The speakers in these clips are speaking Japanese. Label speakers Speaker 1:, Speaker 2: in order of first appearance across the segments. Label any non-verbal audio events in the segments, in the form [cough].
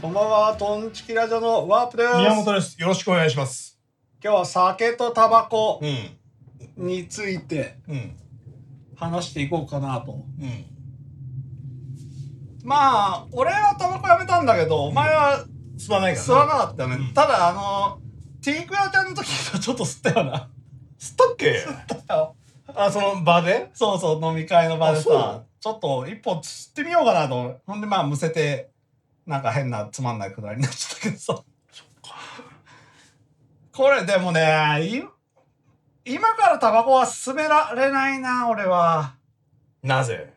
Speaker 1: こんばんは、トンチキラジオのワープです。
Speaker 2: 宮本です。よろしくお願いします。
Speaker 1: 今日は酒とタバコ
Speaker 2: うん。
Speaker 1: について
Speaker 2: うん。
Speaker 1: 話していこうかなと。
Speaker 2: うん。
Speaker 1: まあ、俺はタバコやめたんだけど、お前は
Speaker 2: 吸わないから、
Speaker 1: 吸わなかったね。
Speaker 2: うん
Speaker 1: ただ、あの、ティークラちゃんの時ちょっと吸ったよ [laughs] な。
Speaker 2: 吸ったっけ
Speaker 1: たよ
Speaker 2: あ、その場で
Speaker 1: そうそう、飲み会の場でさ
Speaker 2: あ、
Speaker 1: ちょっと一本吸ってみようかなと。ほんで、まあ、むせて、なんか変なつまんないくだりになっちゃったけどさ。これでもね、い今からタバコは勧められないな、俺は。
Speaker 2: なぜ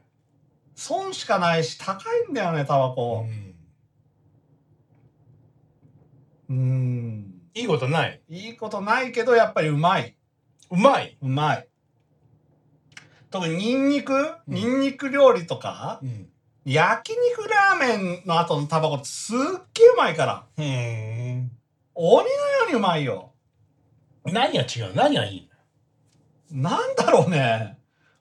Speaker 1: 損しかないし、高いんだよね、タバ
Speaker 2: う
Speaker 1: コ。
Speaker 2: ん。
Speaker 1: うーん。
Speaker 2: いいことない。
Speaker 1: いいことないけど、やっぱりうまい。
Speaker 2: うまい。
Speaker 1: うまい。特にニンニク
Speaker 2: うん
Speaker 1: ニンニク料理とか、
Speaker 2: うん。
Speaker 1: 焼肉ラーメンの後のタバコってすっげえうまいから。
Speaker 2: うーん。
Speaker 1: 鬼のようにうまいよ。
Speaker 2: 何が違う何がいいん
Speaker 1: な
Speaker 2: だ
Speaker 1: んだろうね。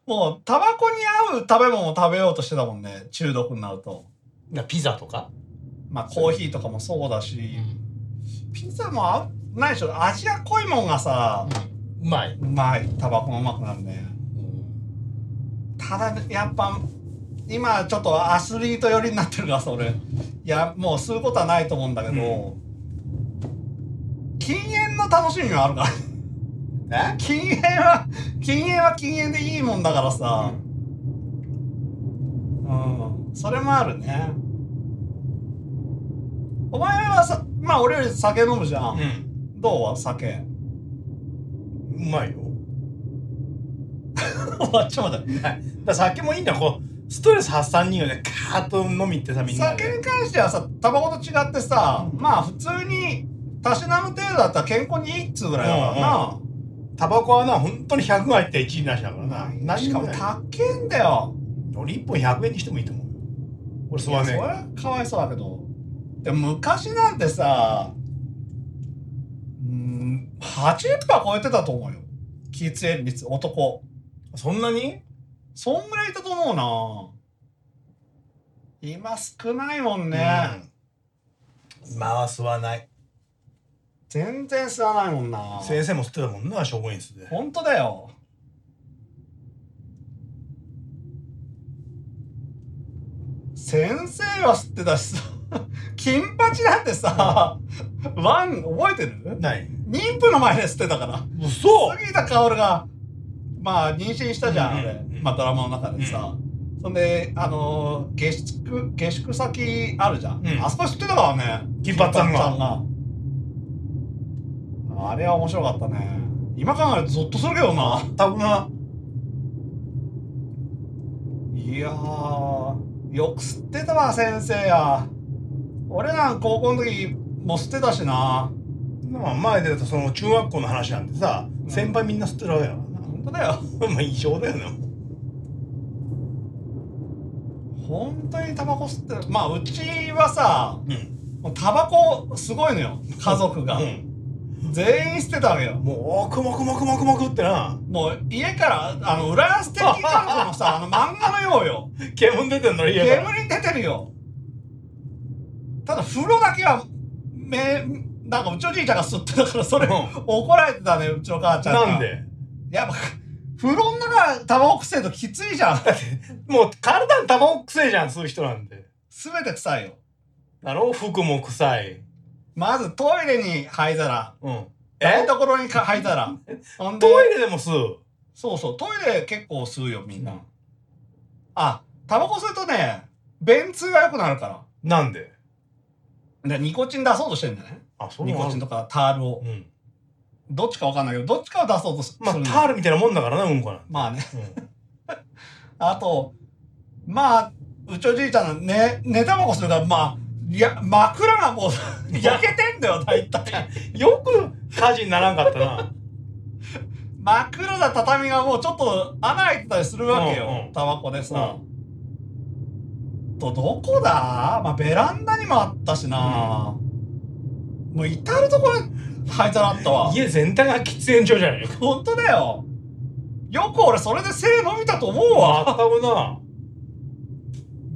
Speaker 1: もう、タバコに合う食べ物を食べようとしてたもんね。中毒になると。
Speaker 2: なピザとか
Speaker 1: まあ、コーヒーとかもそうだし、
Speaker 2: う
Speaker 1: ピザも合う、ないでしょ。味が濃いもんがさ、
Speaker 2: まい。
Speaker 1: うまい。タバコもうまくなるね。ただやっぱ今ちょっとアスリート寄りになってるからそれいやもうすることはないと思うんだけど、禁煙の楽しみはあるから [laughs] 禁煙は禁煙は禁煙でいいもんだからさ、うんそれもあるねお前はさまあ俺より酒飲むじゃん、
Speaker 2: うん。
Speaker 1: どうは酒 [laughs]
Speaker 2: うまいよ。
Speaker 1: ちょっと待って
Speaker 2: はい。だから酒もいいんだよ。こう、ストレス発散によね、カーッと飲み行ってさ、みんなで。
Speaker 1: 酒に関してはさタバコと違ってさ、まあ普通にたしなむ程度だったら健康にいいっつうぐらいだからな、
Speaker 2: タバコはな、本当に100が入って1位なしだからな。なし
Speaker 1: しか
Speaker 2: かも
Speaker 1: も
Speaker 2: ね。
Speaker 1: 高えんだよ
Speaker 2: 俺1本100円にしてもいいと思うよ。俺吸わね
Speaker 1: い
Speaker 2: え
Speaker 1: やそ
Speaker 2: か
Speaker 1: れ
Speaker 2: ら。
Speaker 1: はかわいそうだけどでも昔なんてさうん80%超えてたと思うよ喫煙率男
Speaker 2: そんなに
Speaker 1: そんぐらいいたと思うな今少ないもんね、
Speaker 2: うん今は吸わない
Speaker 1: 全然吸わないもんな
Speaker 2: 先生も吸ってたもんな消防員室で
Speaker 1: 本当だよ先生は吸ってたしさ [laughs] 金八なんてさワン覚えてる
Speaker 2: ない
Speaker 1: 妊婦の前で吸ってたから
Speaker 2: 嘘
Speaker 1: 杉田薫がまあ妊娠したじゃん、
Speaker 2: うん
Speaker 1: あれ
Speaker 2: うん
Speaker 1: まあ、ドラマの中でさ、そんであのー下宿下宿先あるじゃん、
Speaker 2: うん
Speaker 1: あそこ知ってたからね
Speaker 2: 金髪さんが
Speaker 1: があれは面白かったね今考えるとゾッとするけどな
Speaker 2: 多分ない
Speaker 1: やーよく吸ってたわ先生や俺なんか高校の時も吸ってたしな
Speaker 2: まあ前で言うとその中学校の話なんてさ、
Speaker 1: うん
Speaker 2: 先輩みんな吸ってるわけだから [laughs] な
Speaker 1: 本当だよ
Speaker 2: まあ異常だよね
Speaker 1: 本当にタバコ吸ってるまあうちはさ
Speaker 2: うん
Speaker 1: もうタバコすごいのよ家族が、
Speaker 2: うん
Speaker 1: 全員捨てたわけよ
Speaker 2: もうおーくもくもくもくもくってな
Speaker 1: もう家からあの浦安鉄筋家族の
Speaker 2: [laughs]
Speaker 1: さあの漫画のようよ
Speaker 2: 煙出てんの家から
Speaker 1: 煙出てるよただ風呂だけはめなんかうちおじいちゃんが吸ってたからそれ、
Speaker 2: うん
Speaker 1: 怒られてたねうちの母ちゃんが
Speaker 2: なんで
Speaker 1: やっぱ風呂の中タバコ臭いときついじ
Speaker 2: [laughs]
Speaker 1: ゃん
Speaker 2: もう体にタバコ臭いじゃん吸う人なんて
Speaker 1: 全て臭いよ
Speaker 2: だろ服も臭い
Speaker 1: まずトイレに灰皿
Speaker 2: うん
Speaker 1: 台
Speaker 2: え
Speaker 1: 所にか灰
Speaker 2: [laughs]
Speaker 1: 皿ほんで
Speaker 2: トイレでも吸う
Speaker 1: そうそう、トイレ結構吸うよ、みんな。あ、タバコ吸うとね、便通が良くなるから。
Speaker 2: なんで
Speaker 1: でニコチン出そうとしてるんじゃない
Speaker 2: あそ
Speaker 1: ニコチン
Speaker 2: だ
Speaker 1: とかタールを
Speaker 2: う。ん
Speaker 1: どっちかわかんないけど、どっちかを出そうとす
Speaker 2: ま
Speaker 1: す
Speaker 2: あタ
Speaker 1: るの
Speaker 2: ールみたいなもんだからなうんこなんて
Speaker 1: まあね。
Speaker 2: うん
Speaker 1: あと、まあ、うちおじいちゃんのね、寝タバコするから、まあ、いや、枕がもう [laughs] 焼けてんだよ、大体。
Speaker 2: よく火事にならんかったな。
Speaker 1: 枕だ畳がもうちょっと穴開いてたりするわけよ、
Speaker 2: うんうん
Speaker 1: タバコでさ、
Speaker 2: う
Speaker 1: とどこだまあベランダにもあったしな、もう至る所に灰皿あったわ
Speaker 2: 家全体が喫煙所じゃないか。
Speaker 1: 本当だよよく俺それで背伸びたと思うわ
Speaker 2: わ、あったぶな。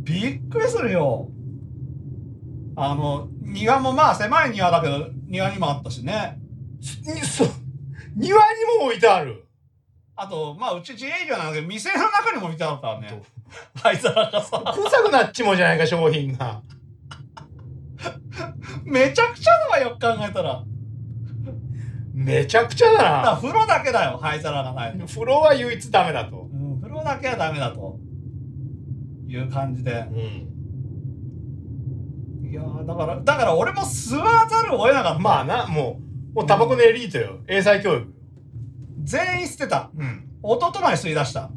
Speaker 1: びっくりするよあの庭もまあ狭い庭だけど庭にもあったしね
Speaker 2: にそう庭にも置いてある
Speaker 1: あとまあうち自営業なんだけど店の中にも見てあったからね灰皿がさ
Speaker 2: 臭くなっちもうじゃないか商品が
Speaker 1: めちゃくちゃだわよく考えたら
Speaker 2: めちゃくちゃだ
Speaker 1: だから
Speaker 2: な
Speaker 1: 風呂だけだよ灰皿がないと、
Speaker 2: 風呂は唯一ダメだと
Speaker 1: うん、風呂だけはダメだという感じで
Speaker 2: うん
Speaker 1: いやーだからだから俺も吸わざるを得なかった、
Speaker 2: まあなもうもうタバコのエリートよ英才教育
Speaker 1: 全員捨てた
Speaker 2: うん
Speaker 1: 弟まで吸い出した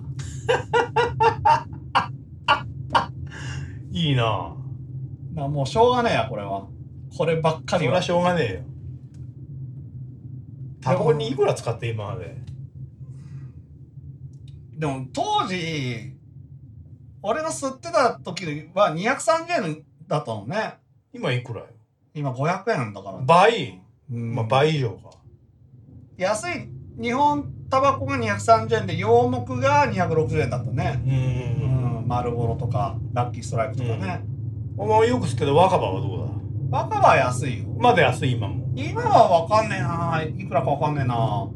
Speaker 2: いいな
Speaker 1: なもうしょうがねえやこれはこればっか
Speaker 2: そ
Speaker 1: り
Speaker 2: りゃ
Speaker 1: は
Speaker 2: しょうがねえよタバコにいくら使って今まで
Speaker 1: でも当時俺の吸ってた時は230円だったのね
Speaker 2: 今いくらよ
Speaker 1: 今500円だから、
Speaker 2: 倍
Speaker 1: うん
Speaker 2: まあ倍以上か
Speaker 1: 安い日本タバコが230円で洋木が260円だったね
Speaker 2: う、
Speaker 1: うんん、丸ボロとかラッキーストライクとかね、
Speaker 2: お前よく吸ってた若葉はどうだ
Speaker 1: 若葉は安いよ
Speaker 2: まだ安い今も
Speaker 1: 今は分かんねえないくらか分かんねえな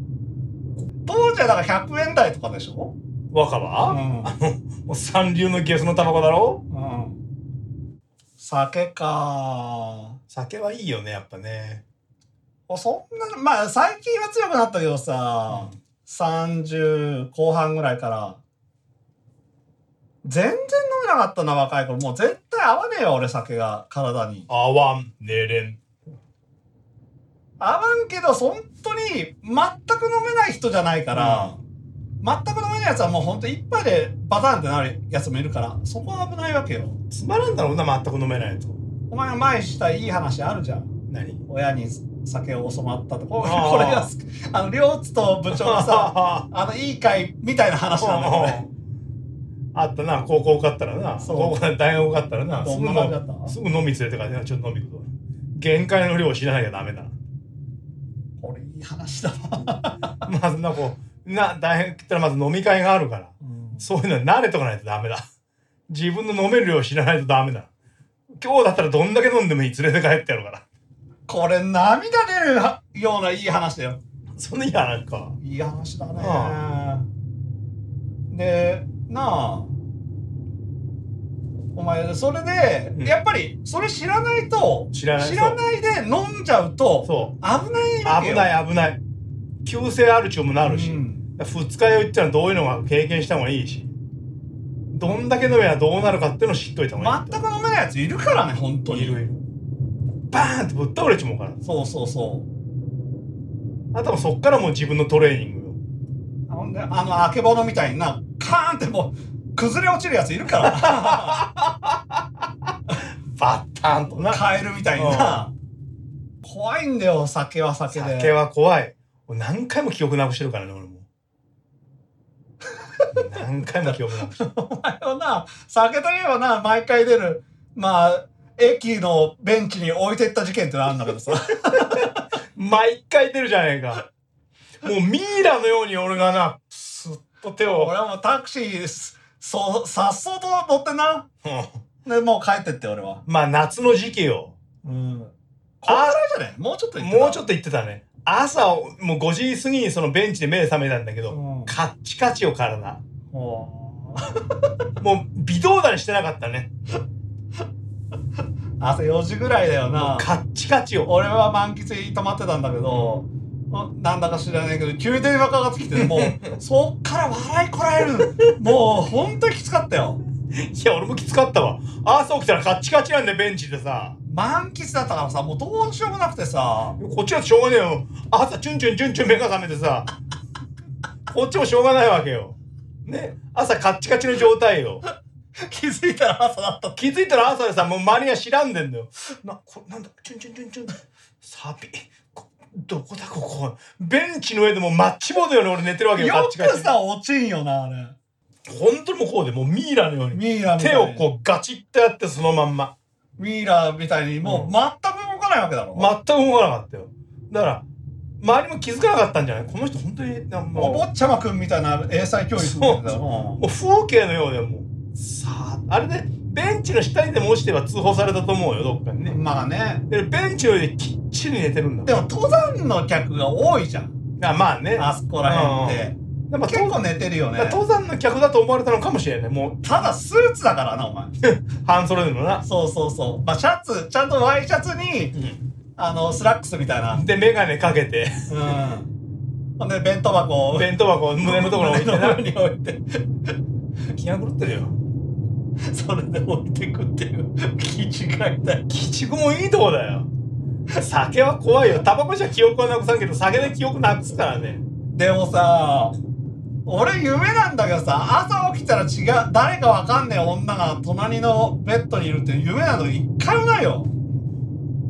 Speaker 1: 当時はだから100円台とかでしょ
Speaker 2: 若
Speaker 1: う
Speaker 2: 葉、
Speaker 1: ん、
Speaker 2: もう三流のゲスのタバコだろ
Speaker 1: うん、酒か
Speaker 2: 酒はいいよねやっぱね、
Speaker 1: おそんなまあ最近は強くなったけどさ、30後半ぐらいから全然飲めなかったな若い頃もう絶対合わねえよ俺酒が体に
Speaker 2: あわんねれん
Speaker 1: 合わんけど本当に全く飲めない人じゃないから、全く飲めないやつはもう本当一杯でバタンってなるやつもいるからそこは危ないわけよ
Speaker 2: つまらんだろうな全く飲めないと
Speaker 1: お前が前したいい話あるじゃん
Speaker 2: 何
Speaker 1: 親に酒を教わったとここれが
Speaker 2: あー
Speaker 1: 好きあの両津と部長がさあの、いい会みたいな話なんだこれ。
Speaker 2: あったな高校受かったらな
Speaker 1: そう
Speaker 2: 高校大学受かったらな
Speaker 1: ど
Speaker 2: す
Speaker 1: ん
Speaker 2: ぐ
Speaker 1: な
Speaker 2: 飲
Speaker 1: 感じだった
Speaker 2: すぐ飲み連れてからねちょっと飲み行くと限界の量を知らなきゃダメだ
Speaker 1: これいい話だわ。
Speaker 2: まずなこうな大変ったらまず飲み会があるからそういうのに慣れとかないとダメだ。自分の飲める量を知らないとダメだ。今日だったらどんだけ飲んでもいい。連れて帰ってやるから。
Speaker 1: これ涙出るはようないい話だよ。
Speaker 2: そんなにやなんか。
Speaker 1: いい話だね。で、なあ。お前、それで、
Speaker 2: うん
Speaker 1: やっぱり、それ知らないと、
Speaker 2: 知らない
Speaker 1: 知らないで飲んじゃうと、
Speaker 2: そ
Speaker 1: 危な
Speaker 2: う。
Speaker 1: いわけ
Speaker 2: 危
Speaker 1: よ。い。
Speaker 2: ない危ない。急性アルチューもな
Speaker 1: あ
Speaker 2: るし。二日酔いってのはどういうのが経験した方がいいし。どんだけ飲めばどうなるかっていうのを知っといた方がいい。
Speaker 1: 全く飲めないやついるからね、本当に。
Speaker 2: いるいる。バーンってぶっ倒れちまうから。
Speaker 1: そうそうそう。
Speaker 2: あとはそっからもう自分のトレーニングよ。
Speaker 1: ほんで、あの、あけぼのみたいにな、カーンってもう、崩れ落ちるやついるから。
Speaker 2: バッターン [laughs] とな。
Speaker 1: カエルみたいな。怖いんだよ、酒は酒で。
Speaker 2: 酒は怖い。俺何回も記憶なくしてるからね、俺も。何回も記憶なくしてる。
Speaker 1: お前はな、酒といえばな、毎回出る、まあ、駅のベンチに置いてった事件ってのあるんだけどさ。
Speaker 2: 毎回出るじゃないか。もうミイラのように俺がな、スッと手を。
Speaker 1: 俺はもうタクシーす、そう、さっそうと乗ってな。
Speaker 2: うん
Speaker 1: で、もう帰ってって、俺は。
Speaker 2: まあ夏の時期よ。
Speaker 1: うん。こんぐらいじゃないもうちょっと行って
Speaker 2: もうちょ
Speaker 1: っ
Speaker 2: っと言ってたね。朝、もう5時過ぎにそのベンチで目覚めたんだけ
Speaker 1: と。う
Speaker 2: ど、
Speaker 1: ん。
Speaker 2: カッチカチよ、体。
Speaker 1: もう
Speaker 2: もう微動だにしてなかったね。
Speaker 1: 朝4時ぐらいだよな。
Speaker 2: カッチカチよ。
Speaker 1: 俺は満喫に泊まってたんだけど、あなんだか知らないけど急に電話かかってきてもうそっから笑いこらえるもう本当にきつかったよ
Speaker 2: いや、俺もきつかったわ。朝起きたらカッチカチなんで、ベンチでさ。
Speaker 1: 満喫だったからさもうどうしようもなくて
Speaker 2: [laughs]
Speaker 1: さ
Speaker 2: こっちはしょうがねえよ。朝、チュンチュンチュンチュン目が覚めてさ。こっちもしょうがないわけよ。ね。朝、カッチカチの状態よ。
Speaker 1: 気づいたら朝だった
Speaker 2: 気づいたら朝でさ、もう周りが知らんでんだよ。な、これなんだ、チュンチュンチュンチュン。サビ。こどこだ、ここ。ベンチの上でもうマッチボードより俺寝てるわけよ、カ
Speaker 1: よ
Speaker 2: ッチカ
Speaker 1: く
Speaker 2: チ。
Speaker 1: さ落ちんよなあれ
Speaker 2: 本当にもうこうで、もうミイラのように。
Speaker 1: ミイラみた
Speaker 2: 手
Speaker 1: いに
Speaker 2: をこうガチッとやってそのまんま。
Speaker 1: ミイラみたいにもう全く動かないわけだろ、
Speaker 2: 全く動かなかったよ。だから、周りも気づかなかったんじゃないこの人本当に、なんか
Speaker 1: お坊ちゃまくんみたいな英才教育みたいな
Speaker 2: もう風景のようでもうさああれでベンチの下にでも落ちては通報されたと思うよ、どっかにね。
Speaker 1: まあね
Speaker 2: で、ベンチよりきっちり寝てるんだもん。
Speaker 1: でも登山の客が多いじゃん
Speaker 2: あまあね。
Speaker 1: あそこら辺って、
Speaker 2: やっぱ
Speaker 1: 結構寝てるよね
Speaker 2: 登山の客だと思われたのかもしれない。も
Speaker 1: ただスーツだからなお前
Speaker 2: う、半袖でもな。
Speaker 1: そうそうそうまあシャツちゃんとワイシャツにあのスラックスみたいな
Speaker 2: で、メガネかけて、
Speaker 1: うんほんで弁当箱を
Speaker 2: 弁当箱を胸のところに置いて
Speaker 1: 胸の
Speaker 2: な
Speaker 1: 上。に置いて
Speaker 2: 気が狂ってるよ。
Speaker 1: [laughs] それで置いてくっていう気違いだよ
Speaker 2: 鬼畜もいいとこだよ。酒は怖いよ。タバコじゃ記憶はなくさんけど、酒で記憶なくすからね。
Speaker 1: でもさ俺夢なんだけどさ朝起きたら違う誰かわかんねえ女が隣のベッドにいるっていう夢なの一回もないよ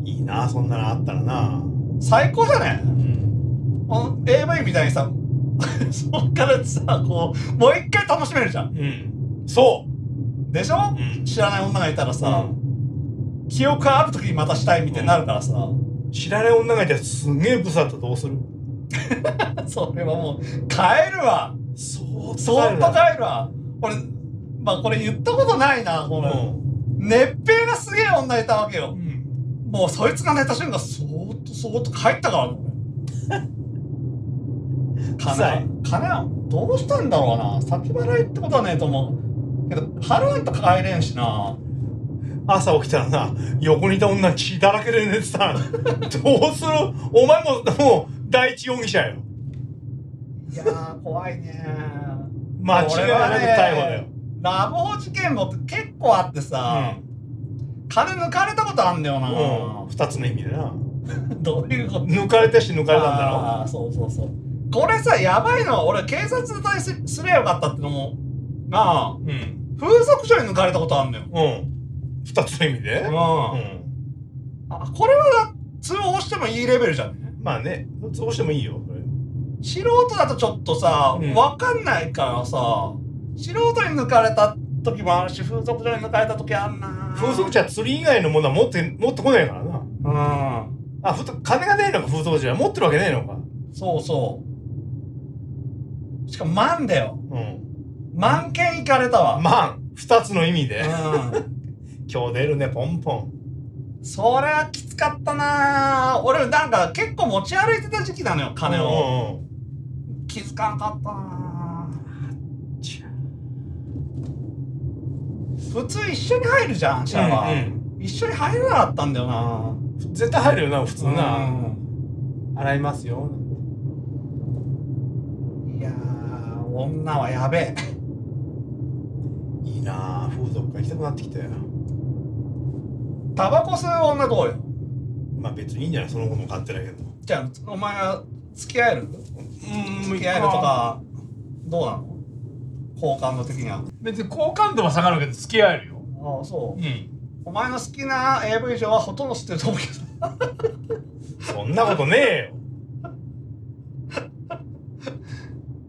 Speaker 2: いいな、そんなのあったらな。
Speaker 1: 最高じゃね
Speaker 2: うん。
Speaker 1: あの AV みたいにさ [laughs] そっからさこうもう一回楽しめるじゃん
Speaker 2: うん。そ
Speaker 1: でしょ
Speaker 2: う。、うん。
Speaker 1: 知らない女がいたらさ
Speaker 2: さ、、
Speaker 1: 記憶ある時にまたしたいみたいになるからさ、 [laughs]
Speaker 2: 知らない女がいたらすげえブサだったらどうする
Speaker 1: それはもう帰るわ
Speaker 2: そー
Speaker 1: そっと帰るわ俺まあこれ言ったことないなこれ、熱平がすげえ女いたわけよ
Speaker 2: うん。
Speaker 1: もうそいつが寝た瞬間そーっとそーっと帰ったからね俺金
Speaker 2: 臭
Speaker 1: はい金はどうしたんだろうな先払いってことはねえと思うけど払うと帰れんしな
Speaker 2: 朝起きたらな、横にいた女血だらけで寝てたらどうするお前も、もう、第一容疑者よ。
Speaker 1: いやー怖いね
Speaker 2: 間違いなく逮捕だよ。
Speaker 1: ラブホ事件も結構あってさ、金抜かれたことあんだよな、
Speaker 2: うん。うん。二つの意味でな。
Speaker 1: どういうこと
Speaker 2: 抜かれたし抜かれたんだろ
Speaker 1: あーそうそうそうこれさやばいのは俺警察に対しすりゃよかったってのもなあ
Speaker 2: う。うん。
Speaker 1: 風俗所に抜かれたことあんのよ
Speaker 2: うん。二つの意味で
Speaker 1: う
Speaker 2: うんん。
Speaker 1: あこれは通報してもいいレベルじゃんね
Speaker 2: まあね、どうしてもいいよ。それ
Speaker 1: 素人だとちょっとさ
Speaker 2: うん
Speaker 1: わかんないからさ素人に抜かれた時もあるし風俗所に抜かれた時あんな
Speaker 2: 風俗じゃ釣り以外のものは持って、持ってこないからな。
Speaker 1: うん
Speaker 2: あ、ふと、金がねえのか、風俗じゃ。持ってるわけねえのか。
Speaker 1: そうそうしかも万だよ
Speaker 2: うん。
Speaker 1: 万件行かれたわ、
Speaker 2: 万、二つの意味で。
Speaker 1: うん
Speaker 2: 今日出るね、ポンポン。
Speaker 1: それはきつかったなぁ俺なんか結構持ち歩いてた時期なのよ金を、
Speaker 2: を。
Speaker 1: 気づかんかったな
Speaker 2: ちゃ
Speaker 1: ぁ普通一緒に入るじゃんシャワー、
Speaker 2: うん
Speaker 1: 一緒に入れなかったんだよな
Speaker 2: うん絶対入るよな、普通
Speaker 1: う
Speaker 2: な。
Speaker 1: ん
Speaker 2: 洗いますよ。
Speaker 1: いやー女はやべえ
Speaker 2: いいなあ風俗が行きたくなってきたよ。
Speaker 1: タバコ吸う女どうよ
Speaker 2: まあ別にいいんじゃないその子も買ってないけど。
Speaker 1: じゃあお前は付き合える
Speaker 2: う
Speaker 1: 付き合えると。かどうなの好感度的には
Speaker 2: 別に好感度は下がるけど、付き合えるよ。
Speaker 1: ああそう、
Speaker 2: うん。
Speaker 1: お前の好きな AV 上はほとんど吸ってると思うけど
Speaker 2: そんなことねえよ。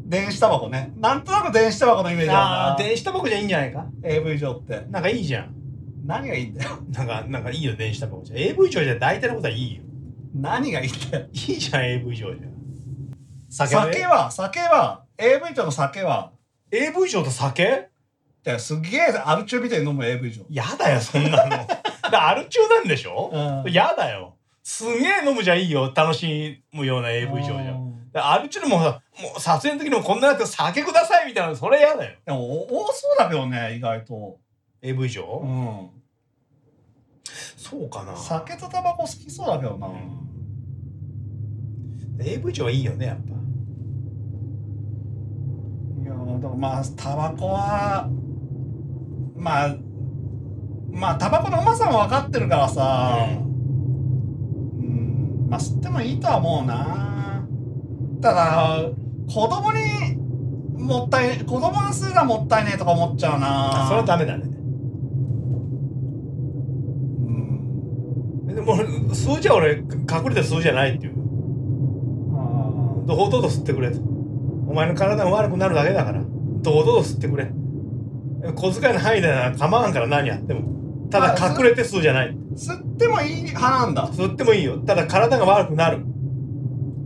Speaker 1: 電子タバコねなんとなく電子タバコのイメージ
Speaker 2: あ
Speaker 1: あ
Speaker 2: あ、
Speaker 1: るな
Speaker 2: 電子タバコじゃいいんじゃないか
Speaker 1: AV 上って
Speaker 2: なんかいいじゃん。
Speaker 1: 何がいいんだよ
Speaker 2: なんか、なんかいいよ、電子タバコじゃ。AV 上じゃ大体のことはいいよ。
Speaker 1: 何がいいんだよ
Speaker 2: いいじゃん、AV 上じゃ。
Speaker 1: 酒は酒は AV 上の酒は
Speaker 2: AV 上と酒
Speaker 1: だからすげえアル中みたいに飲む AV 上
Speaker 2: やだよ、そんなの。 [laughs] だからアル中なんでしょ
Speaker 1: うん
Speaker 2: やだよ。すげえ飲むじゃいいよ。楽しむような AV 上じゃ。だからアルチュルもさ、もう撮影の時にもこんなやつ酒くださいみたいな、それやだよ。
Speaker 1: でもお多そうだけどね意外と
Speaker 2: AV 上、
Speaker 1: うん
Speaker 2: そうかな。
Speaker 1: 酒とタバコ好きそうだけどな、
Speaker 2: うん、AV 上はいいよね、やっぱ。
Speaker 1: いやーだからまあタバコはまあまあタバコのうまさも分かってるからさ、うんまあ吸ってもいいとは思うなただ子供にもったい子供が吸うのはもったいねえとか思っちゃうな
Speaker 2: あそれはダメだね。
Speaker 1: うん
Speaker 2: でも俺、数じゃ俺、隠れて数じゃないっていう。
Speaker 1: あ
Speaker 2: 堂々と吸ってくれと。お前の体が悪くなるだけだから。堂々と吸ってくれ。小遣いの範囲でなら構わんから何やっても。た
Speaker 1: あ
Speaker 2: だ
Speaker 1: そう
Speaker 2: 隠れて数じゃない。
Speaker 1: ー吸ってもいい派なんだ
Speaker 2: 吸ってもいいよただ体が悪くなる
Speaker 1: い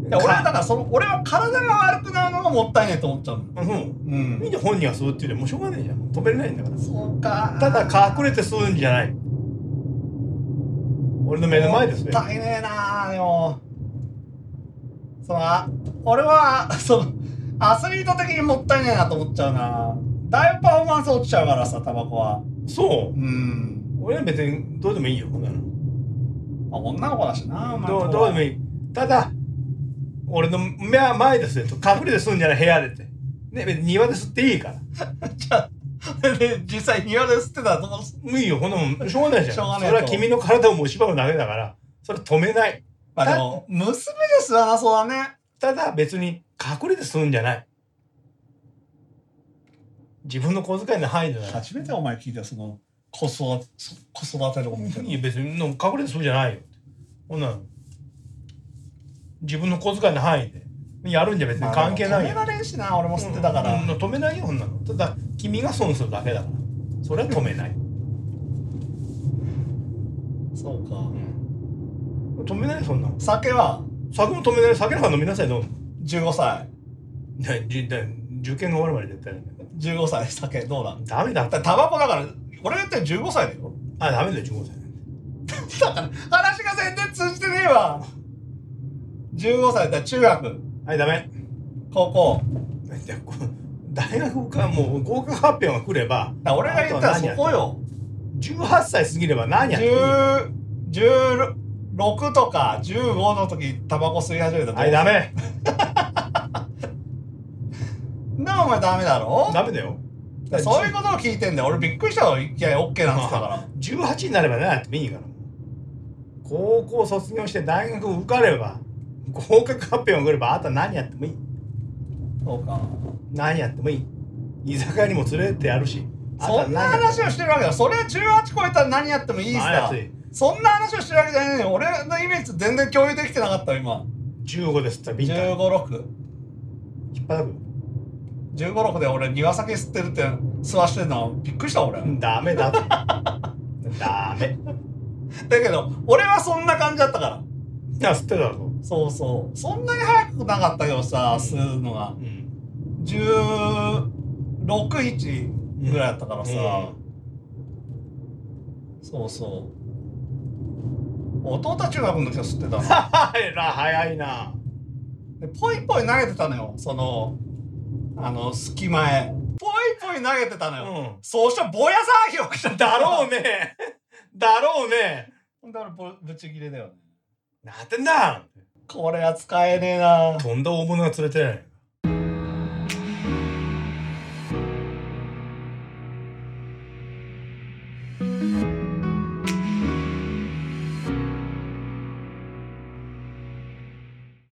Speaker 1: や俺はだ
Speaker 2: か
Speaker 1: からその俺は体が悪くなるのががもったいないと思っちゃうの
Speaker 2: うん
Speaker 1: う
Speaker 2: 見
Speaker 1: ん
Speaker 2: て本人が吸うっていうよりもうしょうがねえじゃん止めれないんだから
Speaker 1: そうか
Speaker 2: ただ隠れて吸うんじゃない俺の目の前ですね
Speaker 1: もったいねえなあでもそのあ俺はそのアスリート的にもったいねえなと思っちゃうなだいぶパフォーマンス落ちちゃうからさタバコは
Speaker 2: そう
Speaker 1: うん
Speaker 2: 俺は別にどうでもいいよこんなの
Speaker 1: まあ女の子だしな女の子
Speaker 2: ど
Speaker 1: は
Speaker 2: うどうでもいいただ俺の目は前ですよと隠れて吸うんじゃない部屋でってね別に庭で吸っていいから
Speaker 1: じゃあで実際庭で吸ってたらどうす
Speaker 2: いいよこんなもんしょうがないじゃん
Speaker 1: しょうがないと
Speaker 2: それは君の体を蝕むだけだからそれ止めない
Speaker 1: まあでも娘で吸わなそうだね
Speaker 2: ただ別に隠れて吸うんじゃない自分の小遣いの範囲でな
Speaker 1: 初めてお前聞いたよその子育て子育て論みたい
Speaker 2: い
Speaker 1: な
Speaker 2: や別にの隠れてそうじゃないよってこんなの自分の小遣いの範囲でやるんじゃ別に関係ない
Speaker 1: まあでも
Speaker 2: よ、
Speaker 1: 止められんしな俺も吸ってたから、
Speaker 2: うんうん止めないよこんなのただ君が損するだけだからそれは止めない、
Speaker 1: そうか
Speaker 2: 止めないよそんなの
Speaker 1: 酒は
Speaker 2: 酒も止めない酒なんか飲みなさいどうも
Speaker 1: 15歳
Speaker 2: だじだ受験が終わるまで絶対だめ
Speaker 1: 15歳酒どうだ
Speaker 2: ダメだ
Speaker 1: だタバコだから俺だって15歳だよ
Speaker 2: あダメだよ15歳
Speaker 1: だから話が全然通じてねえわ15歳だから中学
Speaker 2: はいダメ
Speaker 1: 高校
Speaker 2: じゃあこ大学かもう合格発表が来れば
Speaker 1: だから俺が言ったらそこよ
Speaker 2: 18歳過ぎれば何やってもいい
Speaker 1: 10 16とか15の時タバコ吸い始めた
Speaker 2: はいダメ
Speaker 1: なお前ダメだろ
Speaker 2: ダメだよ
Speaker 1: だからそういうことを聞いてんだよ俺びっくりしたわいきなり OK なんつったから
Speaker 2: 18になればねやってもいいから高校卒業して大学受かれば合格発表が来ればあとは何やってもいい
Speaker 1: そうか
Speaker 2: 何やってもいい居酒屋にも連れてってやるしあと
Speaker 1: そ
Speaker 2: は
Speaker 1: んな
Speaker 2: 何や
Speaker 1: 話
Speaker 2: っても
Speaker 1: をしてるわけだそれ18超えたら何やってもいい
Speaker 2: まあ
Speaker 1: さ
Speaker 2: やって
Speaker 1: そんな話をしてるわけじゃないのよ俺のイメージと全然共有できてなかった今
Speaker 2: 15ですって言ったらビンタ
Speaker 1: 1516
Speaker 2: 引っ張る
Speaker 1: 1 5 6で俺庭酒吸ってるって吸わしてるのびっくりした俺、
Speaker 2: ダメ
Speaker 1: [laughs]
Speaker 2: だってダメ
Speaker 1: だけど俺はそんな感じだったから
Speaker 2: いや吸ってたぞ、
Speaker 1: そうそうそんなに早くなかったけどさ吸うのが
Speaker 2: うん、
Speaker 1: 161ぐらいだったからさ、そうそう弟は中学の時は吸ってたの
Speaker 2: はいな早いな
Speaker 1: でポイポイ投げてたのよそのあの隙間へポイポイ投げてたのよ、
Speaker 2: う
Speaker 1: そうしたらぼや騒ぎ起きちゃっ
Speaker 2: ん
Speaker 1: た
Speaker 2: だろ
Speaker 1: [laughs]
Speaker 2: うね [laughs] だろうね
Speaker 1: うだからぼぶち切れだよね
Speaker 2: なってんだ
Speaker 1: これは使えねえな
Speaker 2: とんだ大物が連れて